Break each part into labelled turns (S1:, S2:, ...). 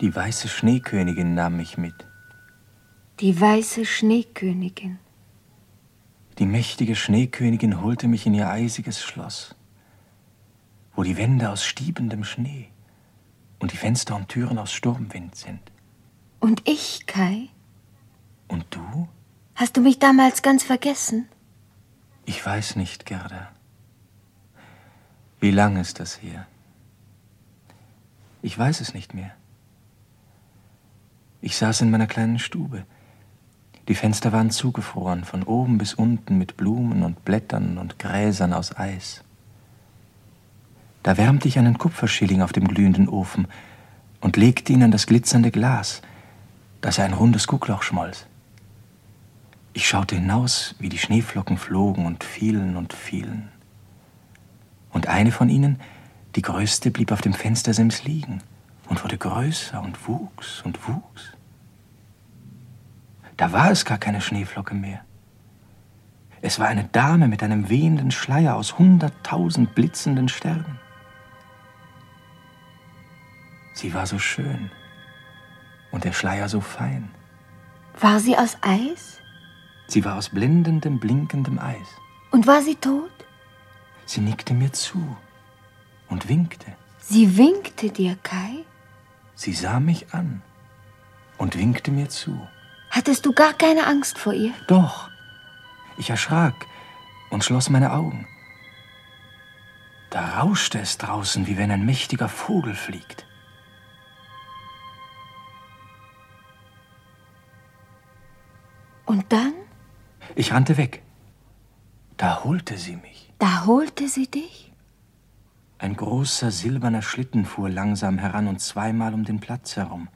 S1: Die weiße Schneekönigin nahm mich mit.
S2: Die weiße Schneekönigin.
S1: Die mächtige Schneekönigin holte mich in ihr eisiges Schloss, wo die Wände aus stiebendem Schnee und die Fenster und Türen aus Sturmwind sind.
S2: Und ich, Kai?
S1: Und du?
S2: Hast du mich damals ganz vergessen?
S1: Ich weiß nicht, Gerda. Wie lang ist das hier? Ich weiß es nicht mehr. Ich saß in meiner kleinen Stube. Die Fenster waren zugefroren, von oben bis unten mit Blumen und Blättern und Gräsern aus Eis. Da wärmte ich einen Kupferschilling auf dem glühenden Ofen und legte ihn an das glitzernde Glas, dass er ein rundes Guckloch schmolz. Ich schaute hinaus, wie die Schneeflocken flogen und fielen und fielen. Und eine von ihnen, die größte, blieb auf dem Fenstersims liegen und wurde größer und wuchs und wuchs. Da war es gar keine Schneeflocke mehr. Es war eine Dame mit einem wehenden Schleier aus hunderttausend blitzenden Sternen. Sie war so schön und der Schleier so fein.
S2: War sie aus Eis?
S1: Sie war aus blendendem, blinkendem Eis.
S2: Und war sie tot?
S1: Sie nickte mir zu und winkte.
S2: Sie winkte dir, Kai?
S1: Sie sah mich an und winkte mir zu.
S2: Hattest du gar keine Angst vor ihr?
S1: Doch, ich erschrak und schloss meine Augen. Da rauschte es draußen, wie wenn ein mächtiger Vogel fliegt.
S2: Und dann?
S1: Ich rannte weg. Da holte sie mich.
S2: Da holte sie dich?
S1: Ein großer silberner Schlitten fuhr langsam heran und zweimal um den Platz herum.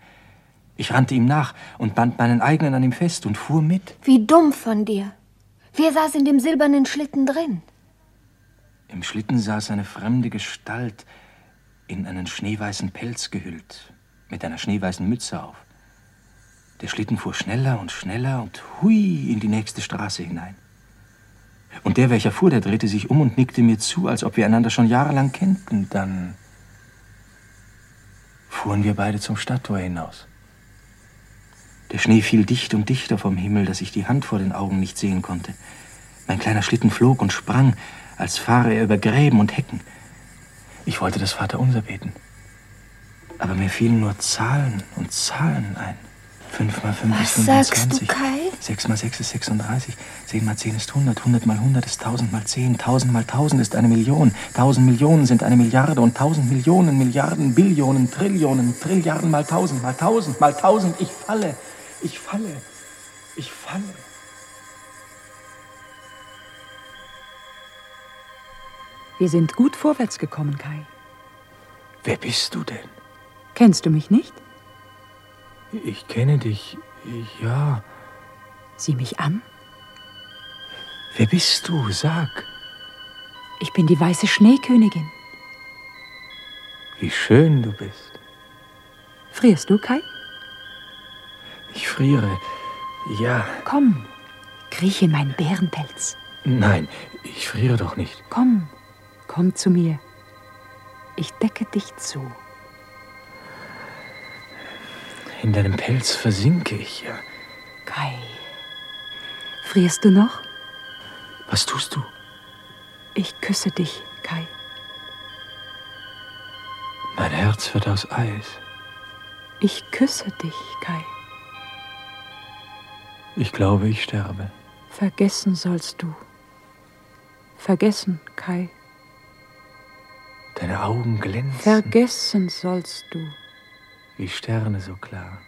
S1: Ich rannte ihm nach und band meinen eigenen an ihm fest und fuhr mit.
S2: Wie dumm von dir. Wer saß in dem silbernen Schlitten drin?
S1: Im Schlitten saß eine fremde Gestalt, in einen schneeweißen Pelz gehüllt, mit einer schneeweißen Mütze auf. Der Schlitten fuhr schneller und schneller und hui in die nächste Straße hinein. Und der, welcher fuhr, der drehte sich um und nickte mir zu, als ob wir einander schon jahrelang kennten. Dann fuhren wir beide zum Stadttor hinaus. Der Schnee fiel dicht und dichter vom Himmel, dass ich die Hand vor den Augen nicht sehen konnte. Mein kleiner Schlitten flog und sprang, als fahre er über Gräben und Hecken. Ich wollte das Vaterunser beten. Aber mir fielen nur Zahlen und Zahlen ein. Fünf mal fünf
S2: Was
S1: ist
S2: sagst
S1: 25.
S2: du, Kai?
S1: Sechs mal sechs ist 36. Zehn mal zehn ist 100. 100 mal 100 ist 1000 mal 10. 1000 mal 1000 ist eine Million. 1000 Millionen sind eine Milliarde. Und 1000 Millionen, Milliarden, Billionen, Trillionen, Trilliarden mal 1000 mal 1000 mal 1000. Ich falle. Ich falle. Ich falle.
S3: Wir sind gut vorwärts gekommen, Kai.
S1: Wer bist du denn?
S3: Kennst du mich nicht?
S1: Ich kenne dich. Ja.
S3: Sieh mich an.
S1: Wer bist du? Sag.
S3: Ich bin die weiße Schneekönigin.
S1: Wie schön du bist.
S3: Frierst du, Kai?
S1: Ich friere. Ja.
S3: Komm. Kriech in meinen Bärenpelz.
S1: Nein, ich friere doch nicht.
S3: Komm. Komm zu mir. Ich decke dich zu.
S1: In deinem Pelz versinke ich ja.
S3: Kai. Frierst du noch?
S1: Was tust du?
S3: Ich küsse dich, Kai.
S1: Mein Herz wird aus Eis.
S3: Ich küsse dich, Kai.
S1: Ich glaube, ich sterbe.
S3: Vergessen sollst du. Vergessen, Kai.
S1: Deine Augen glänzen
S3: Vergessen sollst du.
S1: wie Sterne so klar.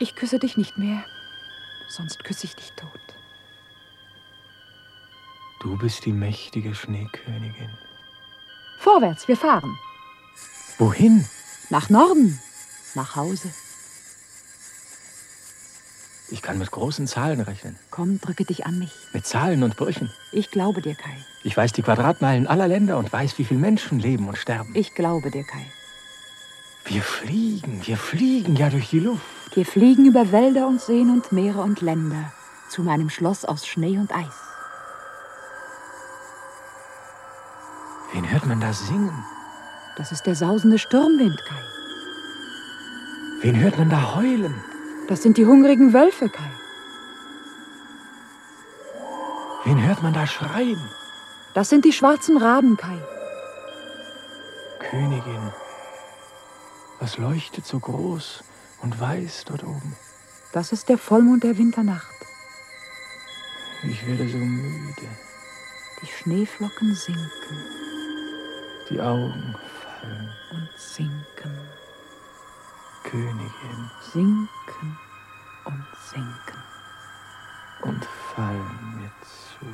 S3: Ich küsse dich nicht mehr, sonst küsse ich dich tot.
S1: Du bist die mächtige Schneekönigin.
S3: Vorwärts, wir fahren.
S1: Wohin?
S3: Nach Norden. Nach Hause.
S1: Ich kann mit großen Zahlen rechnen.
S3: Komm, drücke dich an mich.
S1: Mit Zahlen und Brüchen.
S3: Ich glaube dir, Kai.
S1: Ich weiß die Quadratmeilen aller Länder und weiß, wie viele Menschen leben und sterben.
S3: Ich glaube dir, Kai.
S1: Wir fliegen, wir fliegen ja durch die Luft.
S3: Wir fliegen über Wälder und Seen und Meere und Länder zu meinem Schloss aus Schnee und Eis.
S1: Wen hört man da singen?
S3: Das ist der sausende Sturmwind, Kai.
S1: Wen hört man da heulen?
S3: Das sind die hungrigen Wölfe, Kai.
S1: Wen hört man da schreien?
S3: Das sind die schwarzen Raben, Kai.
S1: Königin, was leuchtet so groß und weiß dort oben?
S3: Das ist der Vollmond der Winternacht.
S1: Ich werde so müde.
S3: Die Schneeflocken sinken
S1: Die Augen fallen.
S3: und sinken,
S1: Königin
S3: sinken und sinken.
S1: und fallen mir zu.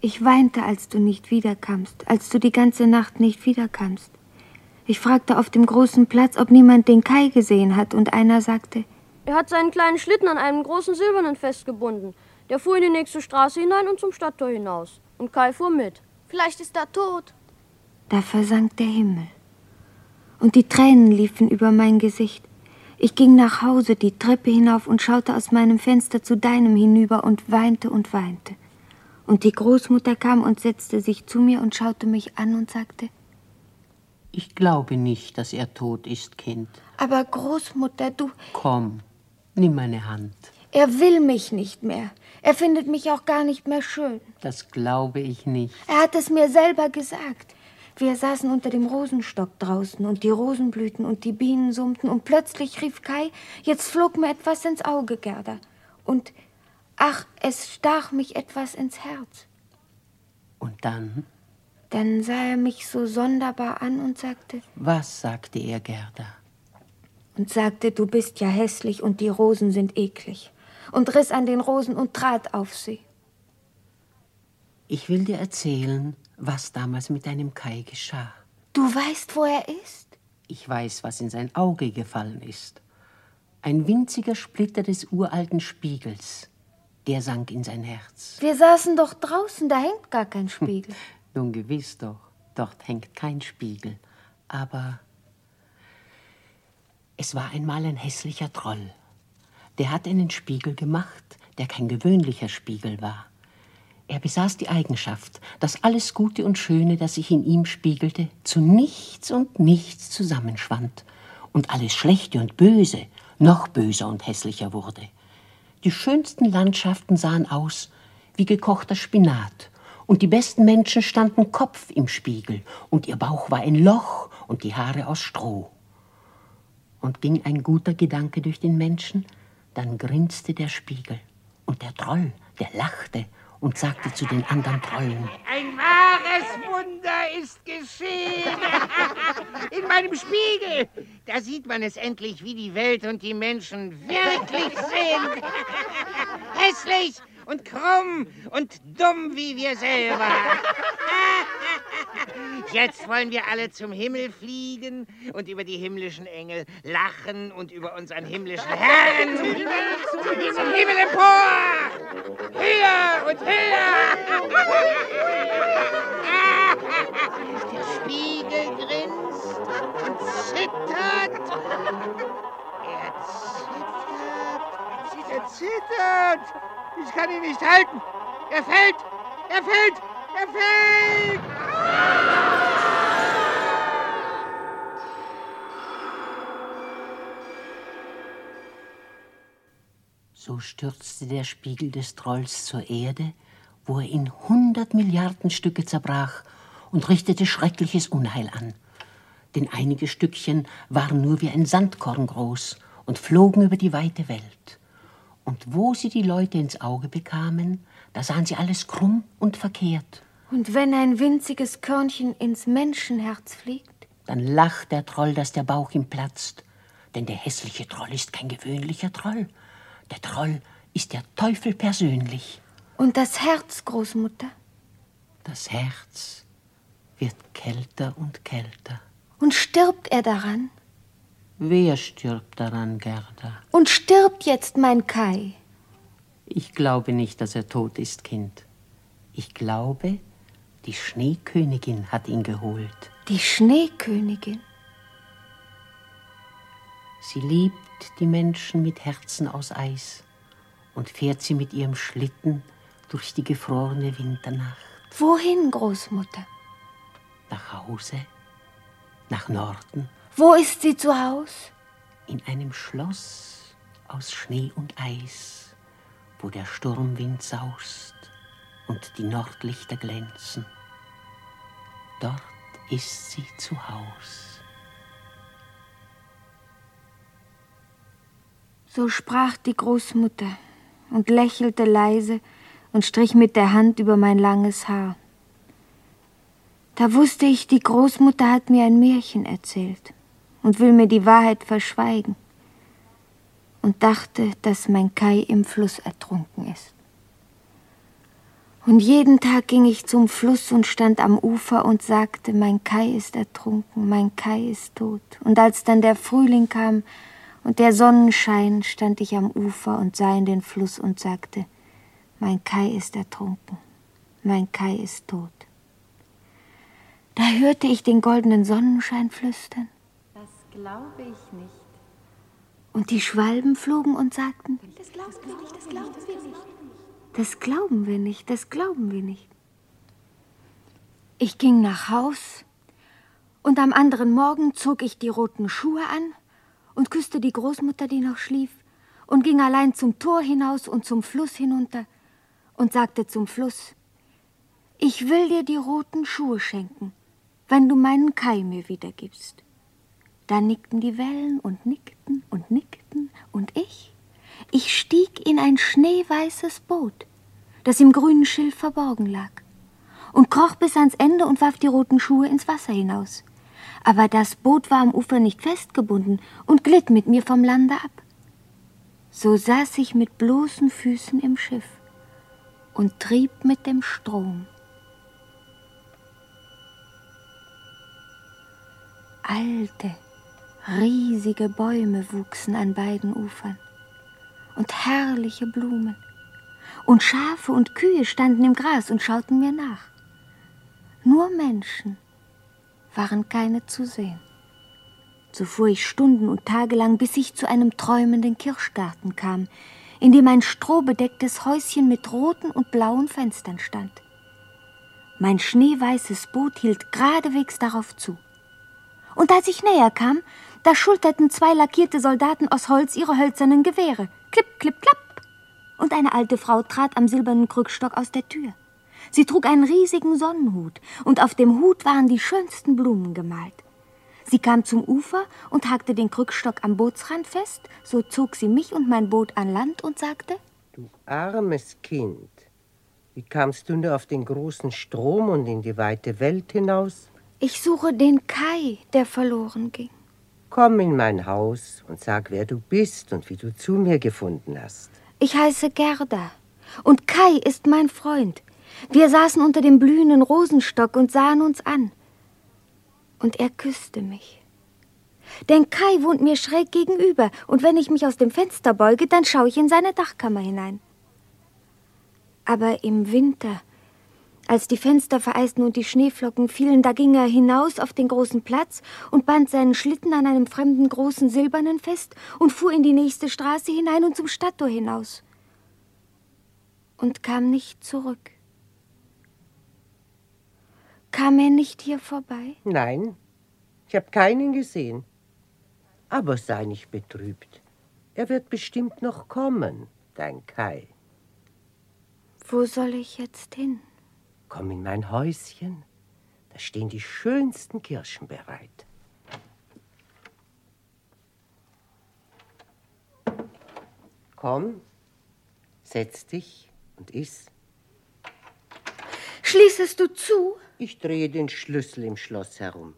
S2: Ich weinte, als du nicht wiederkamst, als du die ganze Nacht nicht wiederkamst. Ich fragte auf dem großen Platz, ob niemand den Kai gesehen hat, und einer sagte,
S4: Er hat seinen kleinen Schlitten an einem großen silbernen festgebunden. Der fuhr in die nächste Straße hinein und zum Stadttor hinaus. Und Kai fuhr mit.
S5: Vielleicht ist er tot.
S2: da versank der Himmel. Und die Tränen liefen über mein Gesicht. Ich ging nach Hause die Treppe hinauf und schaute aus meinem Fenster zu deinem hinüber und weinte und weinte. Und die Großmutter kam und setzte sich zu mir und schaute mich an und sagte,
S6: Ich glaube nicht, dass er tot ist, Kind.
S2: Aber Großmutter, du,
S6: Komm, nimm meine Hand.
S2: er will mich nicht mehr. Er findet mich auch gar nicht mehr schön.
S6: Das glaube ich nicht.
S2: Er hat es mir selber gesagt. Wir saßen unter dem Rosenstock draußen und die Rosenblüten und die Bienen summten und plötzlich rief Kai, jetzt flog mir etwas ins Auge, Gerda. Und ach, es stach mich etwas ins Herz.
S6: Und dann,
S2: Dann sah er mich so sonderbar an und sagte,
S6: was sagte er, Gerda?
S2: und sagte, du bist ja hässlich und die Rosen sind eklig. Und riss an den Rosen und trat auf sie.
S6: Ich will dir erzählen, was damals mit deinem Kai geschah.
S2: Du weißt, wo er ist?
S6: Ich weiß, was in sein Auge gefallen ist. Ein winziger Splitter des uralten Spiegels. Der sank in sein Herz.
S2: Wir saßen doch draußen, da hängt gar kein Spiegel.
S6: Nun gewiss doch, dort hängt kein Spiegel. Aber es war einmal ein hässlicher Troll. Der hat einen Spiegel gemacht, der kein gewöhnlicher Spiegel war. Er besaß die Eigenschaft, dass alles Gute und Schöne, das sich in ihm spiegelte, zu nichts und nichts zusammenschwand und alles Schlechte und Böse noch böser und hässlicher wurde. Die schönsten Landschaften sahen aus wie gekochter Spinat, und die besten Menschen standen Kopf im Spiegel, und ihr Bauch war ein Loch und die Haare aus Stroh. Und ging ein guter Gedanke durch den Menschen, dann grinste der Spiegel, und der Troll, der lachte und sagte zu den anderen Trollen,
S7: Ein wahres Wunder ist geschehen. In meinem Spiegel. Da sieht man es endlich, wie die Welt und die Menschen wirklich sind. Hässlich und krumm und dumm wie wir selber. Jetzt wollen wir alle zum Himmel fliegen und über die himmlischen Engel lachen und über unseren himmlischen Herrn zum Himmel empor. Höher und höher. Der Spiegel grinst und zittert. Er zittert. Er zittert. Ich kann ihn nicht halten. Er fällt. Er fällt. Er fällt.
S6: So stürzte der Spiegel des Trolls zur Erde, wo er in hundert Milliarden Stücke zerbrach und richtete schreckliches Unheil an. Denn einige Stückchen waren nur wie ein Sandkorn groß und flogen über die weite Welt. Und wo sie die Leute ins Auge bekamen, da sahen sie alles krumm und verkehrt.
S2: Und wenn ein winziges Körnchen ins Menschenherz fliegt,
S6: Dann lacht der Troll, dass der Bauch ihm platzt. Denn der hässliche Troll ist kein gewöhnlicher Troll. Der Troll ist der Teufel persönlich.
S2: und das Herz, Großmutter,
S6: Das Herz wird kälter und kälter.
S2: und stirbt er daran?
S6: Wer stirbt daran, Gerda?
S2: Und stirbt jetzt mein Kai?
S6: Ich glaube nicht, dass er tot ist, Kind. Ich glaube, die Schneekönigin hat ihn geholt.
S2: Die Schneekönigin?
S6: Sie liebt die Menschen mit Herzen aus Eis und fährt sie mit ihrem Schlitten durch die gefrorene Winternacht.
S2: Wohin, Großmutter?
S6: Nach Hause, nach Norden,
S2: Wo ist sie zu Haus?
S6: in einem Schloss aus Schnee und Eis, wo der Sturmwind saust und die Nordlichter glänzen. Dort ist sie zu Haus.
S2: So sprach die Großmutter und lächelte leise und strich mit der Hand über mein langes Haar. Da wusste ich, die Großmutter hat mir ein Märchen erzählt und will mir die Wahrheit verschweigen und dachte, dass mein Kai im Fluss ertrunken ist. Und jeden Tag ging ich zum Fluss und stand am Ufer und sagte, mein Kai ist ertrunken, mein Kai ist tot. Und als dann der Frühling kam und der Sonnenschein, stand ich am Ufer und sah in den Fluss und sagte, mein Kai ist ertrunken, mein Kai ist tot. Da hörte ich den goldenen Sonnenschein flüstern. Das glaube ich nicht. Und die Schwalben flogen und sagten, das glauben wir nicht, das glauben wir nicht. Ich ging nach Haus und am anderen Morgen zog ich die roten Schuhe an und küsste die Großmutter, die noch schlief, und ging allein zum Tor hinaus und zum Fluss hinunter und sagte zum Fluss, ich will dir die roten Schuhe schenken, wenn du meinen Kai mir wiedergibst. Da nickten die Wellen und nickten und nickten und ich, ich stieg in ein schneeweißes Boot, das im grünen Schilf verborgen lag, und kroch bis ans Ende und warf die roten Schuhe ins Wasser hinaus. Aber das Boot war am Ufer nicht festgebunden und glitt mit mir vom Lande ab. So saß ich mit bloßen Füßen im Schiff und trieb mit dem Strom. Alte, riesige Bäume wuchsen an beiden Ufern und herrliche Blumen. Und Schafe und Kühe standen im Gras und schauten mir nach. Nur Menschen waren keine zu sehen. So fuhr ich Stunden und Tage lang, bis ich zu einem träumenden Kirschgarten kam, in dem ein strohbedecktes Häuschen mit roten und blauen Fenstern stand. Mein schneeweißes Boot hielt geradewegs darauf zu. Und als ich näher kam, da schulterten zwei lackierte Soldaten aus Holz ihre hölzernen Gewehre. Klipp, klipp, klapp. Und eine alte Frau trat am silbernen Krückstock aus der Tür. Sie trug einen riesigen Sonnenhut, und auf dem Hut waren die schönsten Blumen gemalt. Sie kam zum Ufer und hakte den Krückstock am Bootsrand fest, so zog sie mich und mein Boot an Land und sagte,
S5: Du armes Kind, wie kamst du nur auf den großen Strom und in die weite Welt hinaus?
S2: ich suche den Kai, der verloren ging.
S5: Komm in mein Haus und sag, wer du bist und wie du zu mir gefunden hast.
S2: Ich heiße Gerda und Kai ist mein Freund. Wir saßen unter dem blühenden Rosenstock und sahen uns an. Und er küsste mich. Denn Kai wohnt mir schräg gegenüber und wenn ich mich aus dem Fenster beuge, dann schaue ich in seine Dachkammer hinein. Aber im Winter, als die Fenster vereisten und die Schneeflocken fielen, da ging er hinaus auf den großen Platz und band seinen Schlitten an einem fremden großen Silbernen fest und fuhr in die nächste Straße hinein und zum Stadttor hinaus. Und kam nicht zurück. Kam er nicht hier vorbei?
S5: Nein, ich habe keinen gesehen. Aber sei nicht betrübt. Er wird bestimmt noch kommen, dein Kai.
S2: Wo soll ich jetzt hin?
S5: Komm in mein Häuschen. Da stehen die schönsten Kirschen bereit. Komm, setz dich und iss.
S2: Schließest du zu?
S5: Ich drehe den Schlüssel im Schloss herum.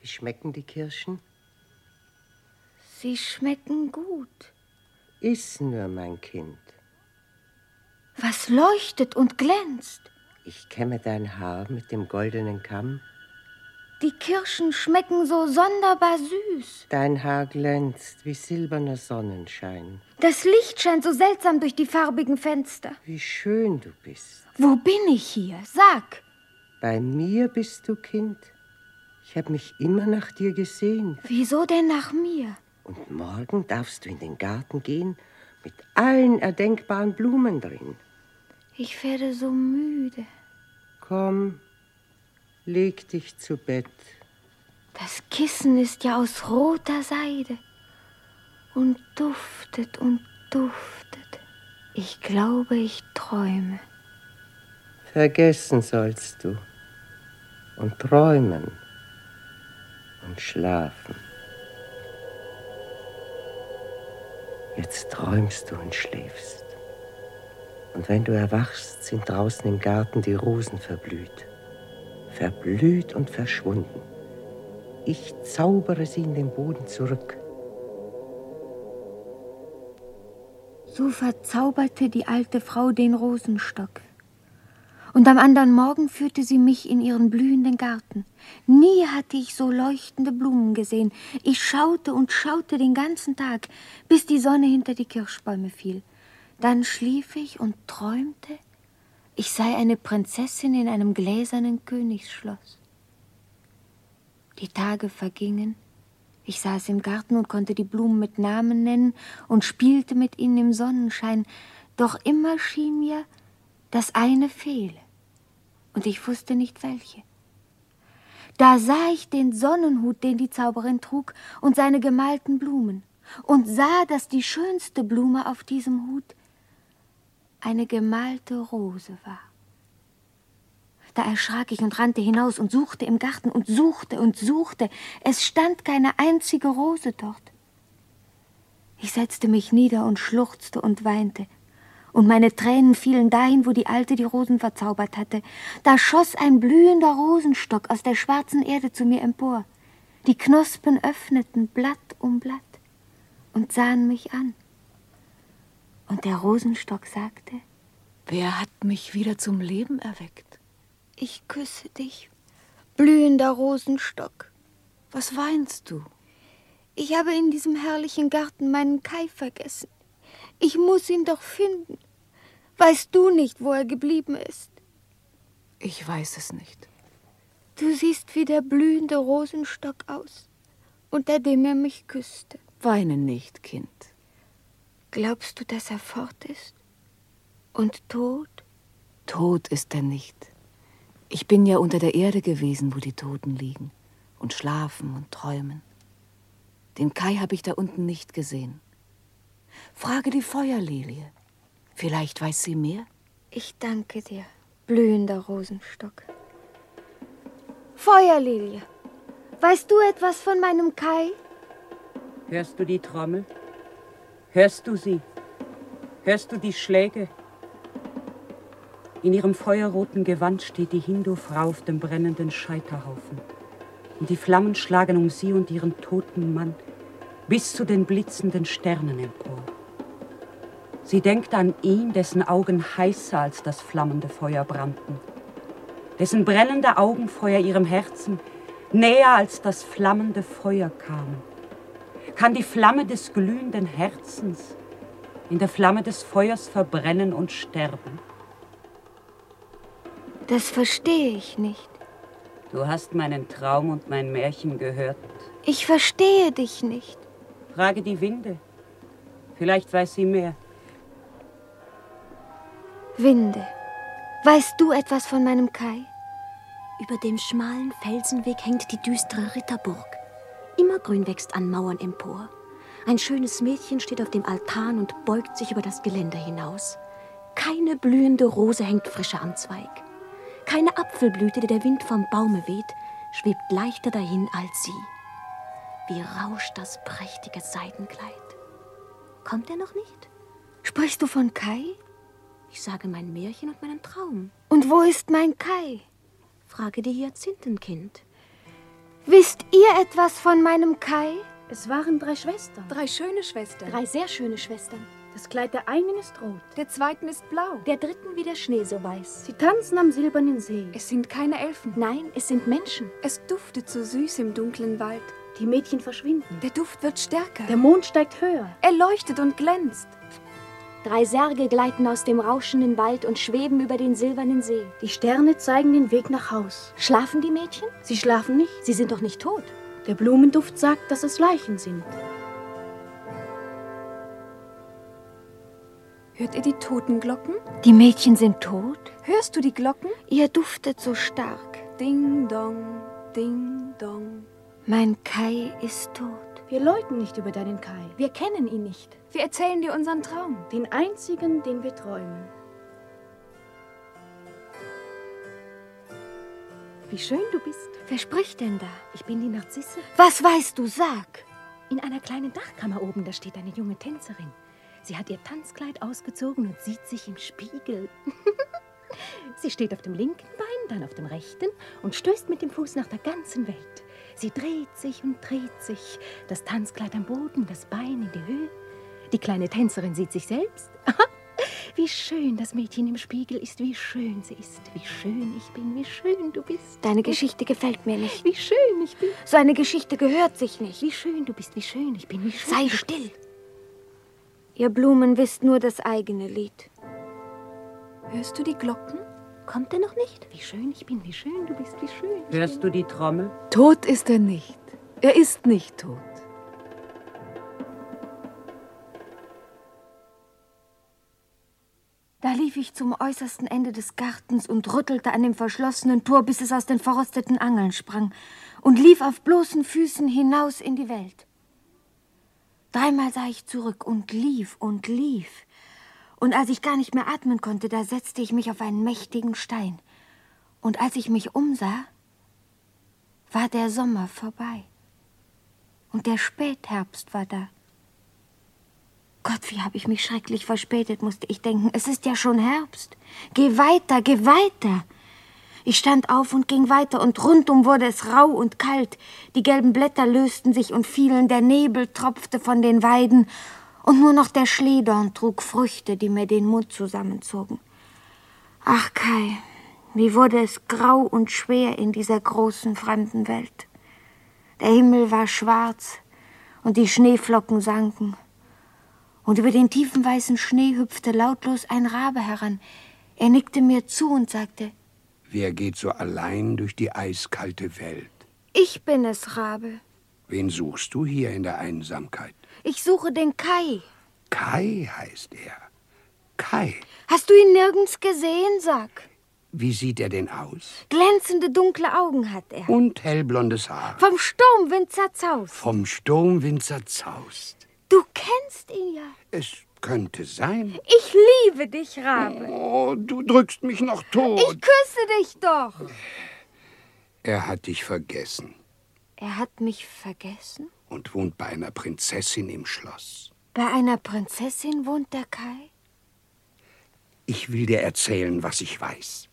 S5: Wie schmecken die Kirschen?
S2: Sie schmecken gut.
S5: Iss nur, mein Kind.
S2: Was leuchtet und glänzt?
S5: Ich kämme dein Haar mit dem goldenen Kamm.
S2: Die Kirschen schmecken so sonderbar süß.
S5: Dein Haar glänzt wie silberner Sonnenschein.
S2: Das Licht scheint so seltsam durch die farbigen Fenster.
S5: Wie schön du bist.
S2: Wo bin ich hier? Sag.
S5: Bei mir bist du, Kind. Ich habe mich immer nach dir gesehnt.
S2: Wieso denn nach mir?
S5: Und morgen darfst du in den Garten gehen mit allen erdenkbaren Blumen drin.
S2: Ich werde so müde.
S5: Komm, leg dich zu Bett.
S2: Das Kissen ist ja aus roter Seide und duftet und duftet. Ich glaube, ich träume.
S5: Vergessen sollst du und träumen und schlafen. Jetzt träumst du und schläfst. Und wenn du erwachst, sind draußen im Garten die Rosen verblüht. Verblüht und verschwunden. Ich zaubere sie in den Boden zurück.
S2: So verzauberte die alte Frau den Rosenstock. Und am anderen Morgen führte sie mich in ihren blühenden Garten. Nie hatte ich so leuchtende Blumen gesehen. Ich schaute und schaute den ganzen Tag, bis die Sonne hinter die Kirschbäume fiel. Dann schlief ich und träumte, ich sei eine Prinzessin in einem gläsernen Königsschloss. Die Tage vergingen. Ich saß im Garten und konnte die Blumen mit Namen nennen und spielte mit ihnen im Sonnenschein. Doch immer schien mir, dass eine fehle. Und ich wusste nicht welche. Da sah ich den Sonnenhut, den die Zauberin trug, und seine gemalten Blumen. Und sah, dass die schönste Blume auf diesem Hut eine gemalte Rose war. Da erschrak ich und rannte hinaus und suchte im Garten und suchte und suchte. Es stand keine einzige Rose dort. Ich setzte mich nieder und schluchzte und weinte. Und meine Tränen fielen dahin, wo die Alte die Rosen verzaubert hatte. Da schoss ein blühender Rosenstock aus der schwarzen Erde zu mir empor. Die Knospen öffneten Blatt um Blatt und sahen mich an. Und der Rosenstock sagte,
S8: Wer hat mich wieder zum Leben erweckt?
S2: Ich küsse dich, blühender Rosenstock.
S8: Was weinst du?
S2: Ich habe in diesem herrlichen Garten meinen Kai vergessen. Ich muss ihn doch finden. Weißt du nicht, wo er geblieben ist?
S8: Ich weiß es nicht.
S2: Du siehst wie der blühende Rosenstock aus, unter dem er mich küsste.
S8: Weine nicht, Kind.
S2: Glaubst du, dass er fort ist? Und tot?
S8: Tot ist er nicht. Ich bin ja unter der Erde gewesen, wo die Toten liegen und schlafen und träumen. Den Kai habe ich da unten nicht gesehen. Frage die Feuerlilie. Vielleicht weiß sie mehr.
S2: Ich danke dir, blühender Rosenstock. Feuerlilie, weißt du etwas von meinem Kai?
S9: Hörst du die Trommel? Hörst du sie? Hörst du die Schläge? In ihrem feuerroten Gewand steht die Hindu-Frau auf dem brennenden Scheiterhaufen. Und die Flammen schlagen um sie und ihren toten Mann bis zu den blitzenden Sternen empor. Sie denkt an ihn, dessen Augen heißer als das flammende Feuer brannten, dessen brennende Augenfeuer ihrem Herzen näher als das flammende Feuer kamen. Kann die Flamme des glühenden Herzens in der Flamme des Feuers verbrennen und sterben?
S2: Das verstehe ich nicht.
S9: Du hast meinen Traum und mein Märchen gehört.
S2: Ich verstehe dich nicht.
S9: Frage die Winde. Vielleicht weiß sie mehr.
S2: Winde, weißt du etwas von meinem Kai?
S10: Über dem schmalen Felsenweg hängt die düstere Ritterburg. Immergrün wächst an Mauern empor. Ein schönes Mädchen steht auf dem Altan und beugt sich über das Geländer hinaus. Keine blühende Rose hängt frischer am Zweig. Keine Apfelblüte, die der Wind vom Baume weht, schwebt leichter dahin als sie. Wie rauscht das prächtige Seidenkleid. Kommt er noch nicht?
S2: Sprichst du von Kai?
S10: Ich sage mein Märchen und meinen Traum.
S2: Und wo ist mein Kai?
S10: Frage die Hyazinthenkind.
S2: Wisst ihr etwas von meinem Kai?
S11: Es waren drei Schwestern.
S12: Drei schöne Schwestern.
S11: Drei sehr schöne Schwestern.
S12: Das Kleid der einen ist rot,
S11: der zweiten ist blau,
S12: der dritten wie der Schnee so weiß.
S11: Sie tanzen am silbernen See.
S12: Es sind keine Elfen.
S11: Nein, es sind Menschen.
S12: Es duftet so süß im dunklen Wald.
S11: Die Mädchen verschwinden.
S12: Der Duft wird stärker.
S11: Der Mond steigt höher.
S12: Er leuchtet und glänzt.
S10: Drei Särge gleiten aus dem rauschenden Wald und schweben über den silbernen See.
S11: Die Sterne zeigen den Weg nach Haus.
S10: Schlafen die Mädchen?
S11: Sie schlafen nicht.
S10: Sie sind doch nicht tot.
S11: Der Blumenduft sagt, dass es Leichen sind.
S13: Hört ihr die Totenglocken?
S2: Die Mädchen sind tot?
S13: Hörst du die Glocken?
S2: Ihr duftet so stark.
S13: Ding dong, ding dong.
S2: Mein Kai ist tot.
S14: Wir läuten nicht über deinen Kai.
S13: Wir kennen ihn nicht. Wir erzählen dir unseren Traum.
S14: Den einzigen, den wir träumen.
S13: Wie schön du bist.
S2: Wer spricht denn da?
S13: Ich bin die Narzisse.
S2: Was weißt du? Sag!
S13: In einer kleinen Dachkammer oben, da steht eine junge Tänzerin. Sie hat ihr Tanzkleid ausgezogen und sieht sich im Spiegel. Sie steht auf dem linken Bein, dann auf dem rechten und stößt mit dem Fuß nach der ganzen Welt. Sie dreht sich und dreht sich, das Tanzkleid am Boden, das Bein in die Höhe. Die kleine Tänzerin sieht sich selbst. wie schön das Mädchen im Spiegel ist, wie schön sie ist, wie schön ich bin, wie schön du bist.
S2: Deine Geschichte gefällt mir nicht.
S13: Wie schön ich bin.
S2: So eine Geschichte gehört sich nicht.
S13: Wie schön du bist, wie schön ich bin, wie schön.
S2: Sei
S13: du
S2: still. Ihr Blumen wisst nur das eigene Lied.
S13: Hörst du die Glocken?
S2: Kommt er noch nicht?
S13: Wie schön ich bin, wie schön du bist, wie schön. ich
S9: Hörst du die Trommel?
S3: Tot ist er nicht. Er ist nicht tot.
S2: Da lief ich zum äußersten Ende des Gartens und rüttelte an dem verschlossenen Tor, bis es aus den verrosteten Angeln sprang, und lief auf bloßen Füßen hinaus in die Welt. Dreimal sah ich zurück und lief und lief. Und als ich gar nicht mehr atmen konnte, da setzte ich mich auf einen mächtigen Stein. Und als ich mich umsah, war der Sommer vorbei. Und der Spätherbst war da. Gott, wie habe ich mich schrecklich verspätet, musste ich denken. Es ist ja schon Herbst. Geh weiter, geh weiter. Ich stand auf und ging weiter, und rundum wurde es rau und kalt. Die gelben Blätter lösten sich und fielen, der Nebel tropfte von den Weiden, und nur noch der Schlehdorn trug Früchte, die mir den Mund zusammenzogen. Ach, Kai, wie wurde es grau und schwer in dieser großen fremden Welt. Der Himmel war schwarz und die Schneeflocken sanken. Und über den tiefen weißen Schnee hüpfte lautlos ein Rabe heran. Er nickte mir zu und sagte,
S15: Wer geht so allein durch die eiskalte Welt?
S2: ich bin es, Rabe.
S15: Wen suchst du hier in der Einsamkeit?
S2: Ich suche den Kai.
S15: Kai heißt er. Kai.
S2: Hast du ihn nirgends gesehen, sag?
S15: Wie sieht er denn aus?
S2: Glänzende dunkle Augen hat er.
S15: Und hellblondes Haar.
S2: Vom Sturmwind zerzaust.
S15: Vom Sturmwind zerzaust.
S2: Du kennst ihn ja.
S15: Es könnte sein.
S2: Ich liebe dich, Rabe.
S15: Oh, du drückst mich noch tot.
S2: Ich küsse dich doch.
S15: Er hat dich vergessen
S2: Er hat mich vergessen?
S15: und wohnt bei einer Prinzessin im Schloss.
S2: Bei einer Prinzessin wohnt der Kai?
S15: Ich will dir erzählen, was ich weiß.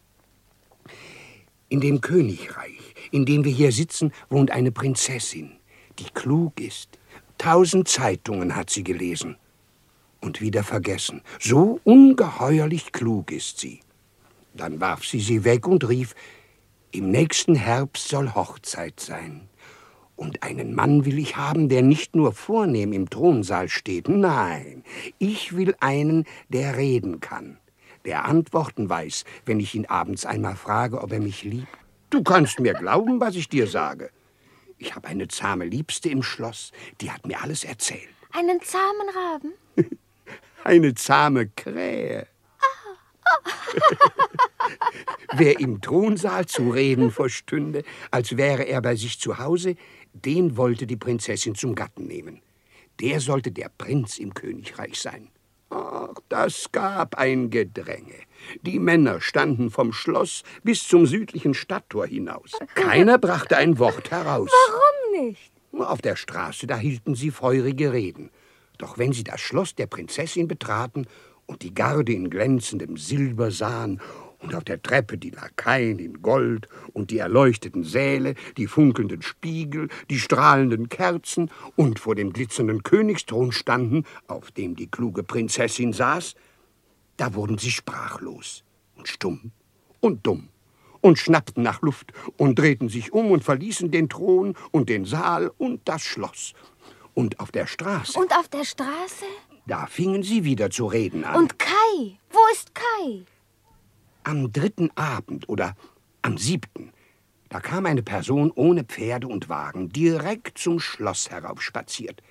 S15: In dem Königreich, in dem wir hier sitzen, wohnt eine Prinzessin, die klug ist. Tausend Zeitungen hat sie gelesen und wieder vergessen. So ungeheuerlich klug ist sie. Dann warf sie sie weg und rief, im nächsten Herbst soll Hochzeit sein. Und einen Mann will ich haben, der nicht nur vornehm im Thronsaal steht. Nein, ich will einen, der reden kann, der Antworten weiß, wenn ich ihn abends einmal frage, ob er mich liebt. Du kannst mir glauben, was ich dir sage. Ich habe eine zahme Liebste im Schloss, die hat mir alles erzählt.
S2: Einen zahmen Raben?
S15: Eine zahme Krähe. Wer im Thronsaal zu reden verstünde, als wäre er bei sich zu Hause, den wollte die Prinzessin zum Gatten nehmen. Der sollte der Prinz im Königreich sein. Ach, das gab ein Gedränge. Die Männer standen vom Schloss bis zum südlichen Stadttor hinaus. Keiner brachte ein Wort heraus.
S2: Warum nicht?
S15: Auf der Straße, da hielten sie feurige Reden. Doch wenn sie das Schloss der Prinzessin betraten und die Garde in glänzendem Silber sahen und auf der Treppe die Lakaien in Gold und die erleuchteten Säle, die funkelnden Spiegel, die strahlenden Kerzen und vor dem glitzernden Königsthron standen, auf dem die kluge Prinzessin saß, da wurden sie sprachlos und stumm und dumm und schnappten nach Luft und drehten sich um und verließen den Thron und den Saal und das Schloss. Und auf der Straße,
S2: Und auf der Straße?
S15: da fingen sie wieder zu reden an.
S2: Und Kai? Wo ist Kai?
S15: Am dritten Abend oder am siebten, da kam eine Person ohne Pferde und Wagen direkt zum Schloss heraufspaziert.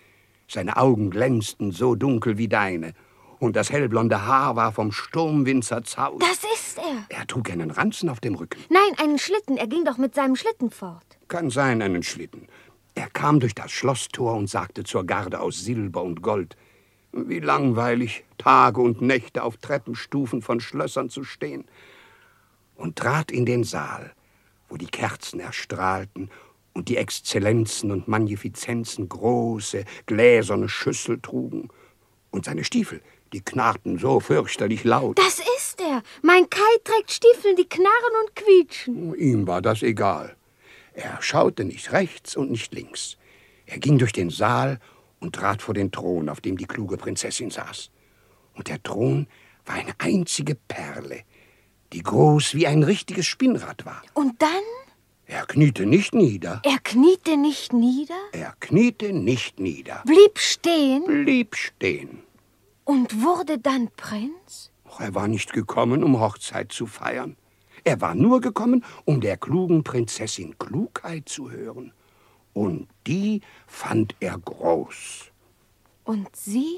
S15: Seine Augen glänzten so dunkel wie deine, Und das hellblonde Haar war vom Sturmwind zerzaust.
S2: Das ist er.
S15: Er trug einen Ranzen auf dem Rücken.
S2: Nein, einen Schlitten. Er ging doch mit seinem Schlitten fort.
S15: Kann sein, einen Schlitten. Er kam durch das Schlosstor und sagte zur Garde aus Silber und Gold, wie langweilig, Tage und Nächte auf Treppenstufen von Schlössern zu stehen, und trat in den Saal, wo die Kerzen erstrahlten und die Exzellenzen und Magnifizenzen große, gläserne Schüssel trugen, und seine Stiefel, die knarrten so fürchterlich laut.
S2: Das ist er. Mein Kai trägt Stiefeln, die knarren und quietschen.
S15: Ihm war das egal. Er schaute nicht rechts und nicht links. Er ging durch den Saal und trat vor den Thron, auf dem die kluge Prinzessin saß. Und der Thron war eine einzige Perle, die groß wie ein richtiges Spinnrad war.
S2: Und dann?
S15: Er kniete nicht nieder.
S2: Er kniete nicht nieder?
S15: Er kniete nicht nieder.
S2: Blieb stehen?
S15: Blieb stehen.
S2: Und wurde dann Prinz?
S15: Doch er war nicht gekommen, um Hochzeit zu feiern. Er war nur gekommen, um der klugen Prinzessin Klugheit zu hören. Und die fand er groß.
S2: Und sie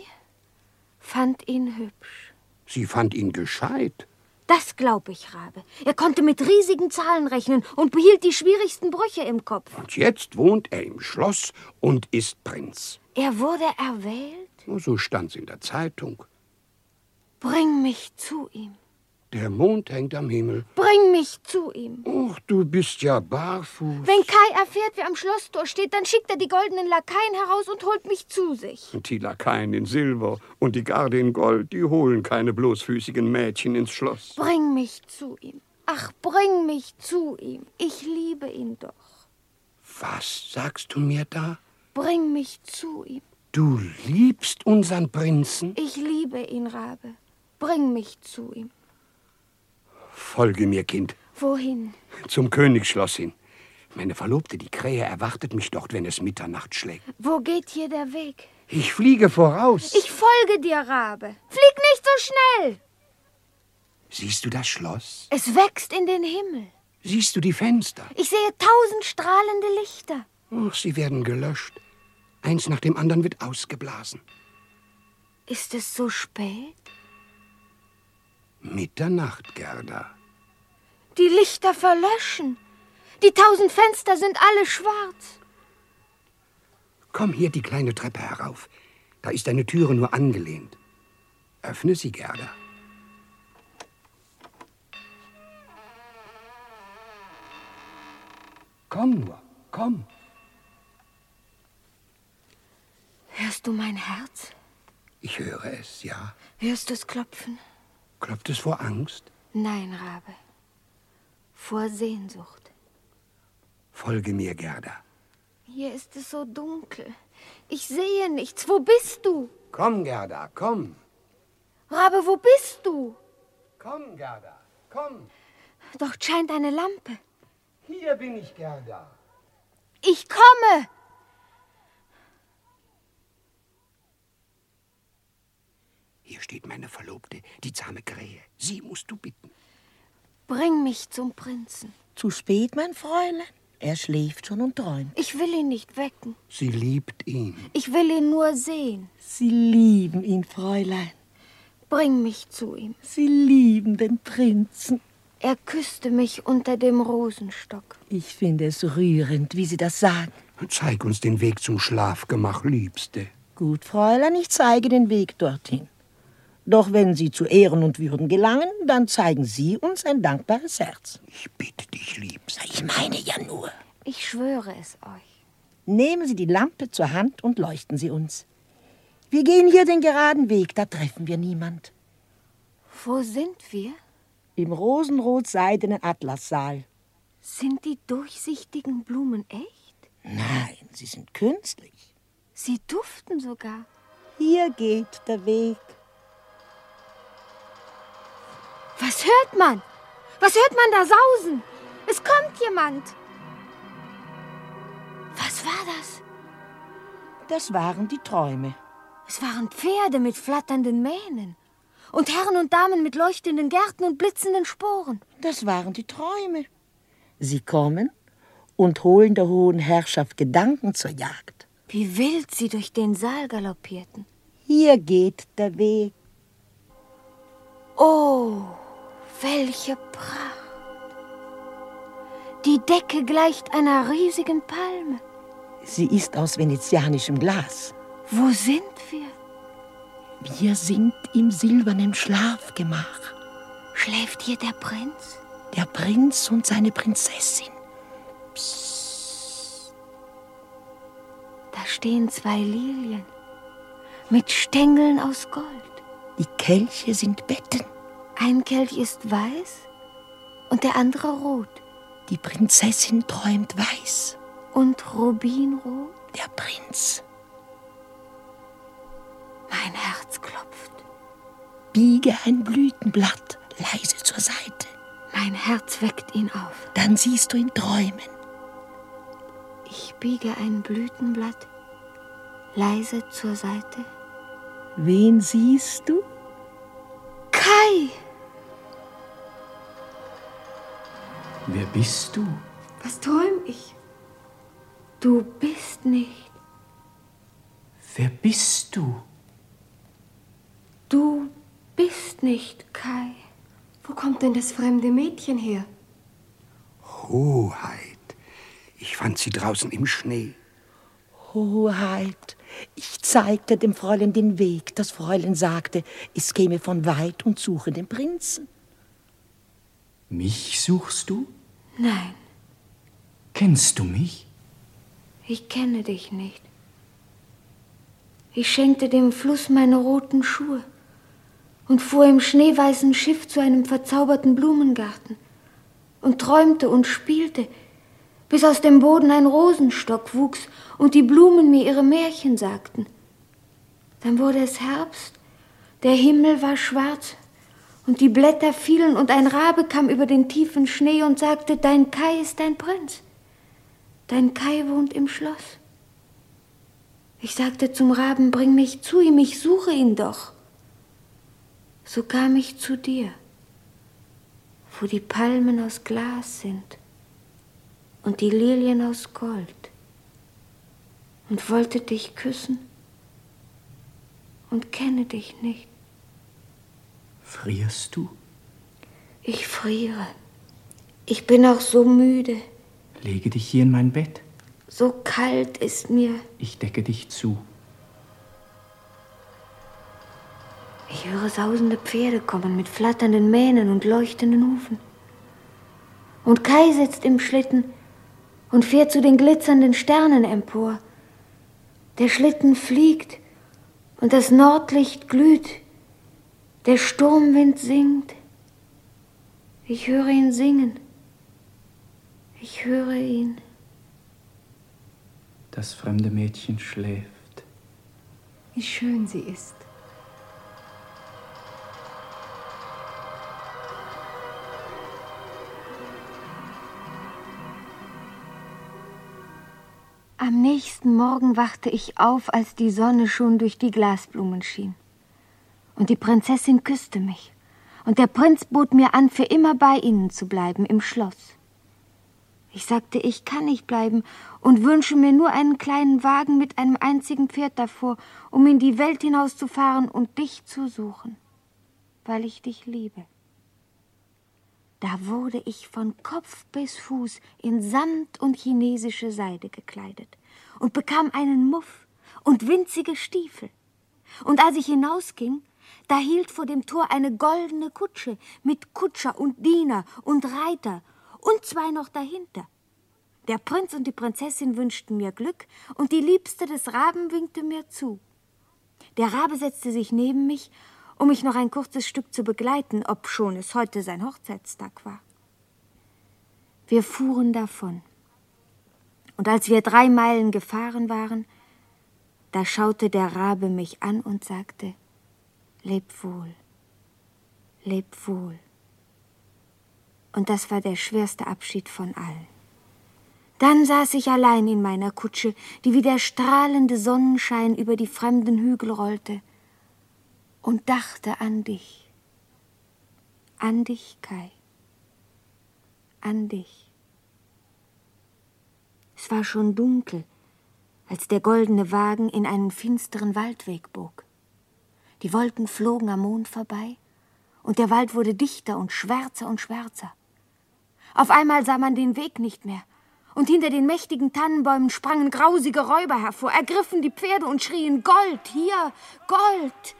S2: fand ihn hübsch.
S15: Sie fand ihn gescheit.
S2: Das glaube ich, Rabe. Er konnte mit riesigen Zahlen rechnen und behielt die schwierigsten Brüche im Kopf.
S15: Und jetzt wohnt er im Schloss und ist Prinz.
S2: Er wurde erwählt?
S15: So stand's in der Zeitung.
S2: Bring mich zu ihm.
S15: Der Mond hängt am Himmel.
S2: Bring mich zu ihm.
S15: Och, du bist ja barfuß.
S2: Wenn Kai erfährt, wer am Schlosstor steht, dann schickt er die goldenen Lakaien heraus und holt mich zu sich.
S15: Und die Lakaien in Silber und die Garde in Gold, die holen keine bloßfüßigen Mädchen ins Schloss.
S2: Bring mich zu ihm. Ach, bring mich zu ihm. Ich liebe ihn doch.
S15: Was sagst du mir da?
S2: Bring mich zu ihm.
S15: Du liebst unseren Prinzen?
S2: Ich liebe ihn, Rabe. Bring mich zu ihm.
S15: Folge mir, Kind.
S2: Wohin?
S15: Zum Königsschloss hin. Meine Verlobte, die Krähe, erwartet mich dort, wenn es Mitternacht schlägt.
S2: Wo geht hier der Weg?
S15: Ich fliege voraus.
S2: Ich folge dir, Rabe. Flieg nicht so schnell.
S15: Siehst du das Schloss?
S2: Es wächst in den Himmel.
S15: Siehst du die Fenster?
S2: Ich sehe tausend strahlende Lichter.
S15: Ach, sie werden gelöscht. Eins nach dem anderen wird ausgeblasen.
S2: Ist es so spät?
S15: Mitternacht, Gerda.
S2: Die Lichter verlöschen. Die tausend Fenster sind alle schwarz.
S15: Komm hier die kleine Treppe herauf. Da ist eine Türe nur angelehnt. Öffne sie, Gerda. Komm nur, komm.
S2: Hörst du mein Herz?
S15: Ich höre es, ja.
S2: Hörst du es klopfen?
S15: Klopft es vor Angst?
S2: Nein, Rabe. Vor Sehnsucht.
S15: Folge mir, Gerda.
S2: Hier ist es so dunkel. Ich sehe nichts. Wo bist du?
S15: Komm, Gerda, komm.
S2: Rabe, wo bist du?
S15: Komm, Gerda, komm.
S2: Dort scheint eine Lampe.
S15: Hier bin ich, Gerda.
S2: Ich komme.
S15: Hier steht meine Verlobte, die zahme Krähe. Sie musst du bitten.
S2: Bring mich zum Prinzen.
S16: Zu spät, mein Fräulein. Er schläft schon und träumt.
S2: Ich will ihn nicht wecken.
S15: Sie liebt ihn.
S2: Ich will ihn nur sehen.
S16: Sie lieben ihn, Fräulein.
S2: Bring mich zu ihm.
S16: Sie lieben den Prinzen.
S2: Er küsste mich unter dem Rosenstock.
S16: Ich finde es rührend, wie Sie das sagen.
S15: Zeig uns den Weg zum Schlafgemach, Liebste.
S16: Gut, Fräulein, ich zeige den Weg dorthin. Doch wenn Sie zu Ehren und Würden gelangen, dann zeigen Sie uns ein dankbares Herz.
S15: Ich bitte dich, Liebste.
S16: Ich meine ja nur.
S2: Ich schwöre es euch.
S16: Nehmen Sie die Lampe zur Hand und leuchten Sie uns. Wir gehen hier den geraden Weg, da treffen wir niemand.
S2: Wo sind wir?
S16: Im rosenrot-seidenen Atlassaal.
S2: Sind die durchsichtigen Blumen echt?
S16: Nein, sie sind künstlich.
S2: Sie duften sogar.
S16: Hier geht der Weg.
S2: Was hört man? Was hört man da sausen? Es kommt jemand. Was war das?
S16: Das waren die Träume.
S2: Es waren Pferde mit flatternden Mähnen und Herren und Damen mit leuchtenden Gärten und blitzenden Sporen.
S16: Das waren die Träume. Sie kommen und holen der hohen Herrschaft Gedanken zur Jagd.
S2: Wie wild sie durch den Saal galoppierten.
S16: Hier geht der Weg.
S2: Oh, welche Pracht! Die Decke gleicht einer riesigen Palme.
S16: Sie ist aus venezianischem Glas.
S2: Wo sind wir?
S16: Wir sind im silbernen Schlafgemach.
S2: Schläft hier der Prinz?
S16: Der Prinz und seine Prinzessin.
S2: Da stehen zwei Lilien mit Stängeln aus Gold.
S16: Die Kelche sind Betten.
S2: Ein Kelch ist weiß und der andere rot.
S16: Die Prinzessin träumt weiß.
S2: Und Rubinrot?
S16: Der Prinz.
S2: Mein Herz klopft.
S16: Biege ein Blütenblatt leise zur Seite.
S2: Mein Herz weckt ihn auf.
S16: Dann siehst du ihn träumen.
S2: Ich biege ein Blütenblatt leise zur Seite.
S16: Wen siehst du?
S2: Kai!
S1: Wer bist du?
S2: Was träum ich? Du bist nicht.
S1: Wer bist du?
S2: Du bist nicht Kai. Wo kommt denn das fremde Mädchen her?
S15: Hoheit. Ich fand sie draußen im Schnee.
S16: Hoheit. Oh, halt. Ich zeigte dem Fräulein den Weg. Das Fräulein sagte, es käme von weit und suche den Prinzen.
S1: Mich suchst du?
S2: Nein,
S1: Kennst du mich?
S2: ich kenne dich nicht. Ich schenkte dem Fluss meine roten Schuhe und fuhr im schneeweißen Schiff zu einem verzauberten Blumengarten und träumte und spielte, bis aus dem Boden ein Rosenstock wuchs und die Blumen mir ihre Märchen sagten. Dann wurde es Herbst, der Himmel war schwarz und die Blätter fielen und ein Rabe kam über den tiefen Schnee und sagte, dein Kai ist ein Prinz. Dein Kai wohnt im Schloss. Ich sagte zum Raben, bring mich zu ihm, ich suche ihn doch. So kam ich zu dir, wo die Palmen aus Glas sind und die Lilien aus Gold und wollte dich küssen und kenne dich nicht.
S1: Frierst du?
S2: Ich friere. Ich bin auch so müde.
S1: Lege dich hier in mein Bett.
S2: So kalt ist mir.
S1: Ich decke dich zu.
S2: Ich höre sausende Pferde kommen mit flatternden Mähnen und leuchtenden Hufen. Und Kai sitzt im Schlitten und fährt zu den glitzernden Sternen empor. Der Schlitten fliegt und das Nordlicht glüht. Der Sturmwind singt. Ich höre ihn singen. Ich höre ihn.
S1: Das fremde Mädchen schläft.
S13: Wie schön sie ist.
S2: Am nächsten Morgen wachte ich auf, als die Sonne schon durch die Glasblumen schien. Und die Prinzessin küsste mich. Und der Prinz bot mir an, für immer bei ihnen zu bleiben im Schloss. Ich sagte, ich kann nicht bleiben und wünsche mir nur einen kleinen Wagen mit einem einzigen Pferd davor, um in die Welt hinauszufahren und dich zu suchen, weil ich dich liebe. Da wurde ich von Kopf bis Fuß in Samt und chinesische Seide gekleidet und bekam einen Muff und winzige Stiefel. Und als ich hinausging, da hielt vor dem Tor eine goldene Kutsche mit Kutscher und Diener und Reiter und zwei noch dahinter. Der Prinz und die Prinzessin wünschten mir Glück und die Liebste des Raben winkte mir zu. Der Rabe setzte sich neben mich, um mich noch ein kurzes Stück zu begleiten, obschon es heute sein Hochzeitstag war. Wir fuhren davon. Und als wir drei Meilen gefahren waren, da schaute der Rabe mich an und sagte, Leb wohl, leb wohl. Und das war der schwerste Abschied von allen. Dann saß ich allein in meiner Kutsche, die wie der strahlende Sonnenschein über die fremden Hügel rollte, und dachte an dich, an dich, Kai, an dich. Es war schon dunkel, als der goldene Wagen in einen finsteren Waldweg bog. Die Wolken flogen am Mond vorbei Und der Wald wurde dichter und schwärzer und schwärzer. Auf einmal sah man den Weg nicht mehr. Und hinter den mächtigen Tannenbäumen sprangen grausige Räuber hervor, ergriffen die Pferde und schrien Gold hier, Gold.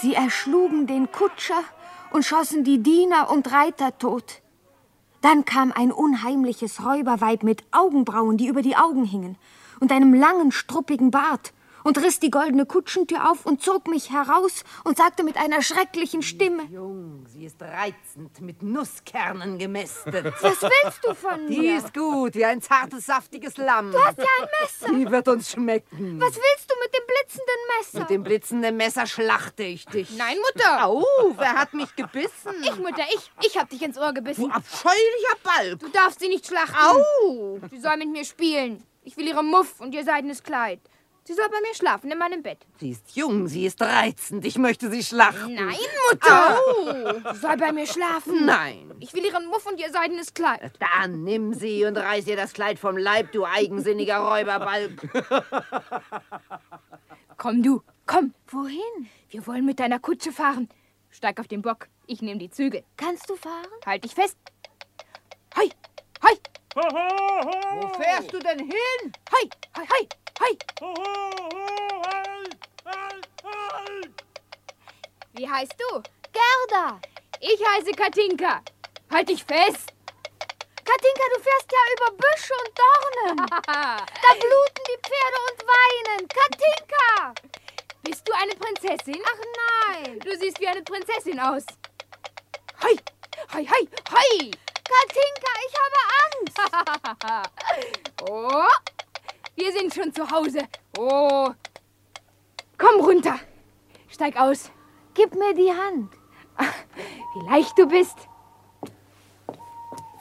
S2: Sie erschlugen den Kutscher und schossen die Diener und Reiter tot. Dann kam ein unheimliches Räuberweib mit Augenbrauen, die über die Augen hingen, und einem langen, struppigen Bart und riss die goldene Kutschentür auf und zog mich heraus und sagte mit einer schrecklichen Stimme:
S17: Jung, sie ist reizend, mit Nusskernen gemästet.
S2: Was willst du von
S17: Die
S2: mir?
S17: ist gut, wie ein zartes, saftiges Lamm.
S2: Du hast ja ein Messer.
S17: Die wird uns schmecken.
S2: Was willst du mit dem blitzenden Messer?
S17: Mit dem blitzenden Messer schlachte ich dich.
S10: Nein, Mutter.
S17: Au, wer hat mich gebissen?
S10: Ich, Mutter, ich. Ich hab dich ins Ohr gebissen. Du
S17: abscheulicher Balk.
S10: Du darfst sie nicht schlachten. Au. Sie soll mit mir spielen. Ich will ihre Muff und ihr seidenes Kleid. Sie soll bei mir schlafen, in meinem Bett.
S17: Sie ist jung, sie ist reizend. Ich möchte sie schlachten.
S10: Nein, Mutter. Au. Sie soll bei mir schlafen.
S17: Nein.
S10: Ich will ihren Muff und ihr seidenes Kleid.
S17: Dann nimm sie und reiß ihr das Kleid vom Leib, du eigensinniger Räuberbalg.
S10: Komm, du. Komm. Wohin? Wir wollen mit deiner Kutsche fahren. Steig auf den Bock. Ich nehme die Zügel.
S2: Kannst du fahren?
S10: Halt dich fest. Hoi. Hoi.
S17: Wo fährst du denn hin?
S10: Hoi. Hoi. Hoi. Hoi. Wie heißt du? Gerda. Ich heiße Katinka. Halt dich fest.
S2: Katinka, du fährst ja über Büsche und Dornen. da bluten die Pferde und weinen. Katinka!
S10: Bist du eine Prinzessin? Ach nein. Du siehst wie eine Prinzessin aus. Hoi. Hoi, hoi, hoi.
S2: Katinka, ich
S10: habe Angst. oh. Wir sind schon zu Hause. Oh. Komm runter. Steig aus.
S2: Gib mir die Hand.
S10: Wie leicht du bist.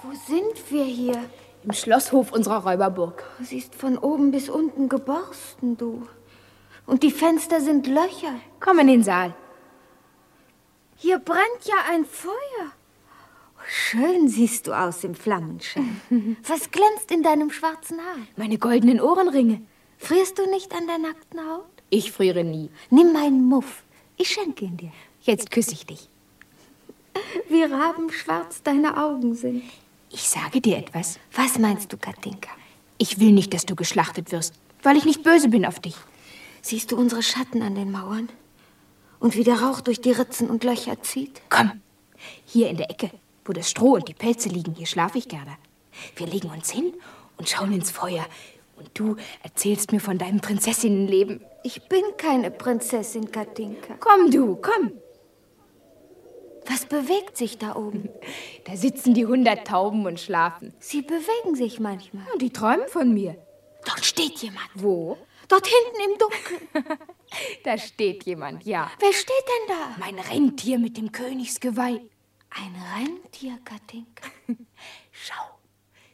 S2: Wo sind wir hier?
S10: Im Schlosshof unserer Räuberburg.
S2: Sie ist von oben bis unten geborsten, du. Und die Fenster sind Löcher.
S10: Komm in den Saal.
S2: Hier brennt ja ein Feuer. Schön siehst du aus im Flammenschein. Was glänzt in deinem schwarzen Haar?
S10: Meine goldenen Ohrenringe.
S2: Frierst du nicht an der nackten Haut?
S10: Ich friere nie.
S2: Nimm meinen Muff. Ich schenke ihn dir.
S10: Jetzt küsse ich dich.
S2: Wie rabenschwarz deine Augen sind.
S10: Ich sage dir etwas.
S2: Was meinst du, Katinka?
S10: Ich will nicht, dass du geschlachtet wirst, weil ich nicht böse bin auf dich.
S2: Siehst du unsere Schatten an den Mauern? Und wie der Rauch durch die Ritzen und Löcher zieht?
S10: Komm, hier in der Ecke, wo das Stroh und die Pelze liegen, hier schlafe ich, Gerda. Wir legen uns hin und schauen ins Feuer. Und du erzählst mir von deinem Prinzessinnenleben.
S2: Ich bin keine Prinzessin, Katinka.
S10: Komm, du, komm.
S2: Was bewegt sich da oben?
S10: Da sitzen die hundert Tauben und schlafen.
S2: Sie bewegen sich manchmal.
S10: Und die träumen von mir.
S2: Dort steht jemand.
S10: Wo?
S2: Dort hinten im Dunkeln.
S10: da steht jemand, ja.
S2: Wer steht denn da?
S10: Mein Rentier mit dem Königsgeweih.
S2: Ein Rentier, Katinka.
S10: Schau,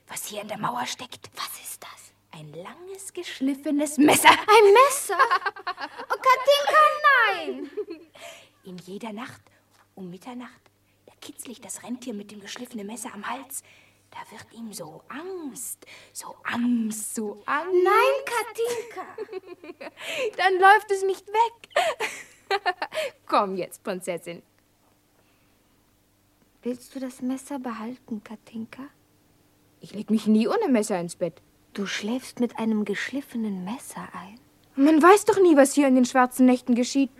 S10: was hier in der Mauer steckt.
S2: Was ist das?
S10: Ein langes, geschliffenes Messer.
S2: Ein Messer? Oh, Katinka, nein!
S10: In jeder Nacht, um Mitternacht, da kitzle ich das Rentier mit dem geschliffenen Messer am Hals. Da wird ihm so Angst, so Angst, so Angst.
S2: Nein,
S10: Katinka! Dann läuft es nicht weg. Komm jetzt, Prinzessin.
S2: Willst du das Messer behalten, Katinka?
S10: Ich leg mich nie ohne Messer ins Bett.
S2: Du schläfst mit einem geschliffenen Messer ein.
S10: Man weiß doch nie, was hier in den schwarzen Nächten geschieht.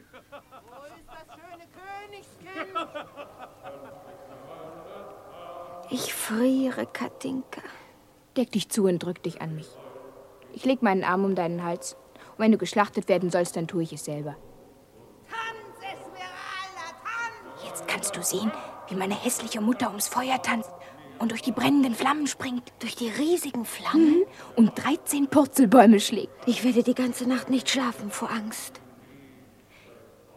S2: Ich friere, Katinka.
S10: Deck dich zu und drück dich an mich. Ich leg meinen Arm um deinen Hals. Und wenn du geschlachtet werden sollst, dann tue ich es selber.
S18: Tanz, Esmeralda, tanz!
S10: Jetzt kannst du sehen, wie meine hässliche Mutter ums Feuer tanzt und durch die brennenden Flammen springt.
S2: Durch die riesigen Flammen? Mhm.
S10: Und 13 Purzelbäume schlägt.
S2: Ich werde die ganze Nacht nicht schlafen vor Angst.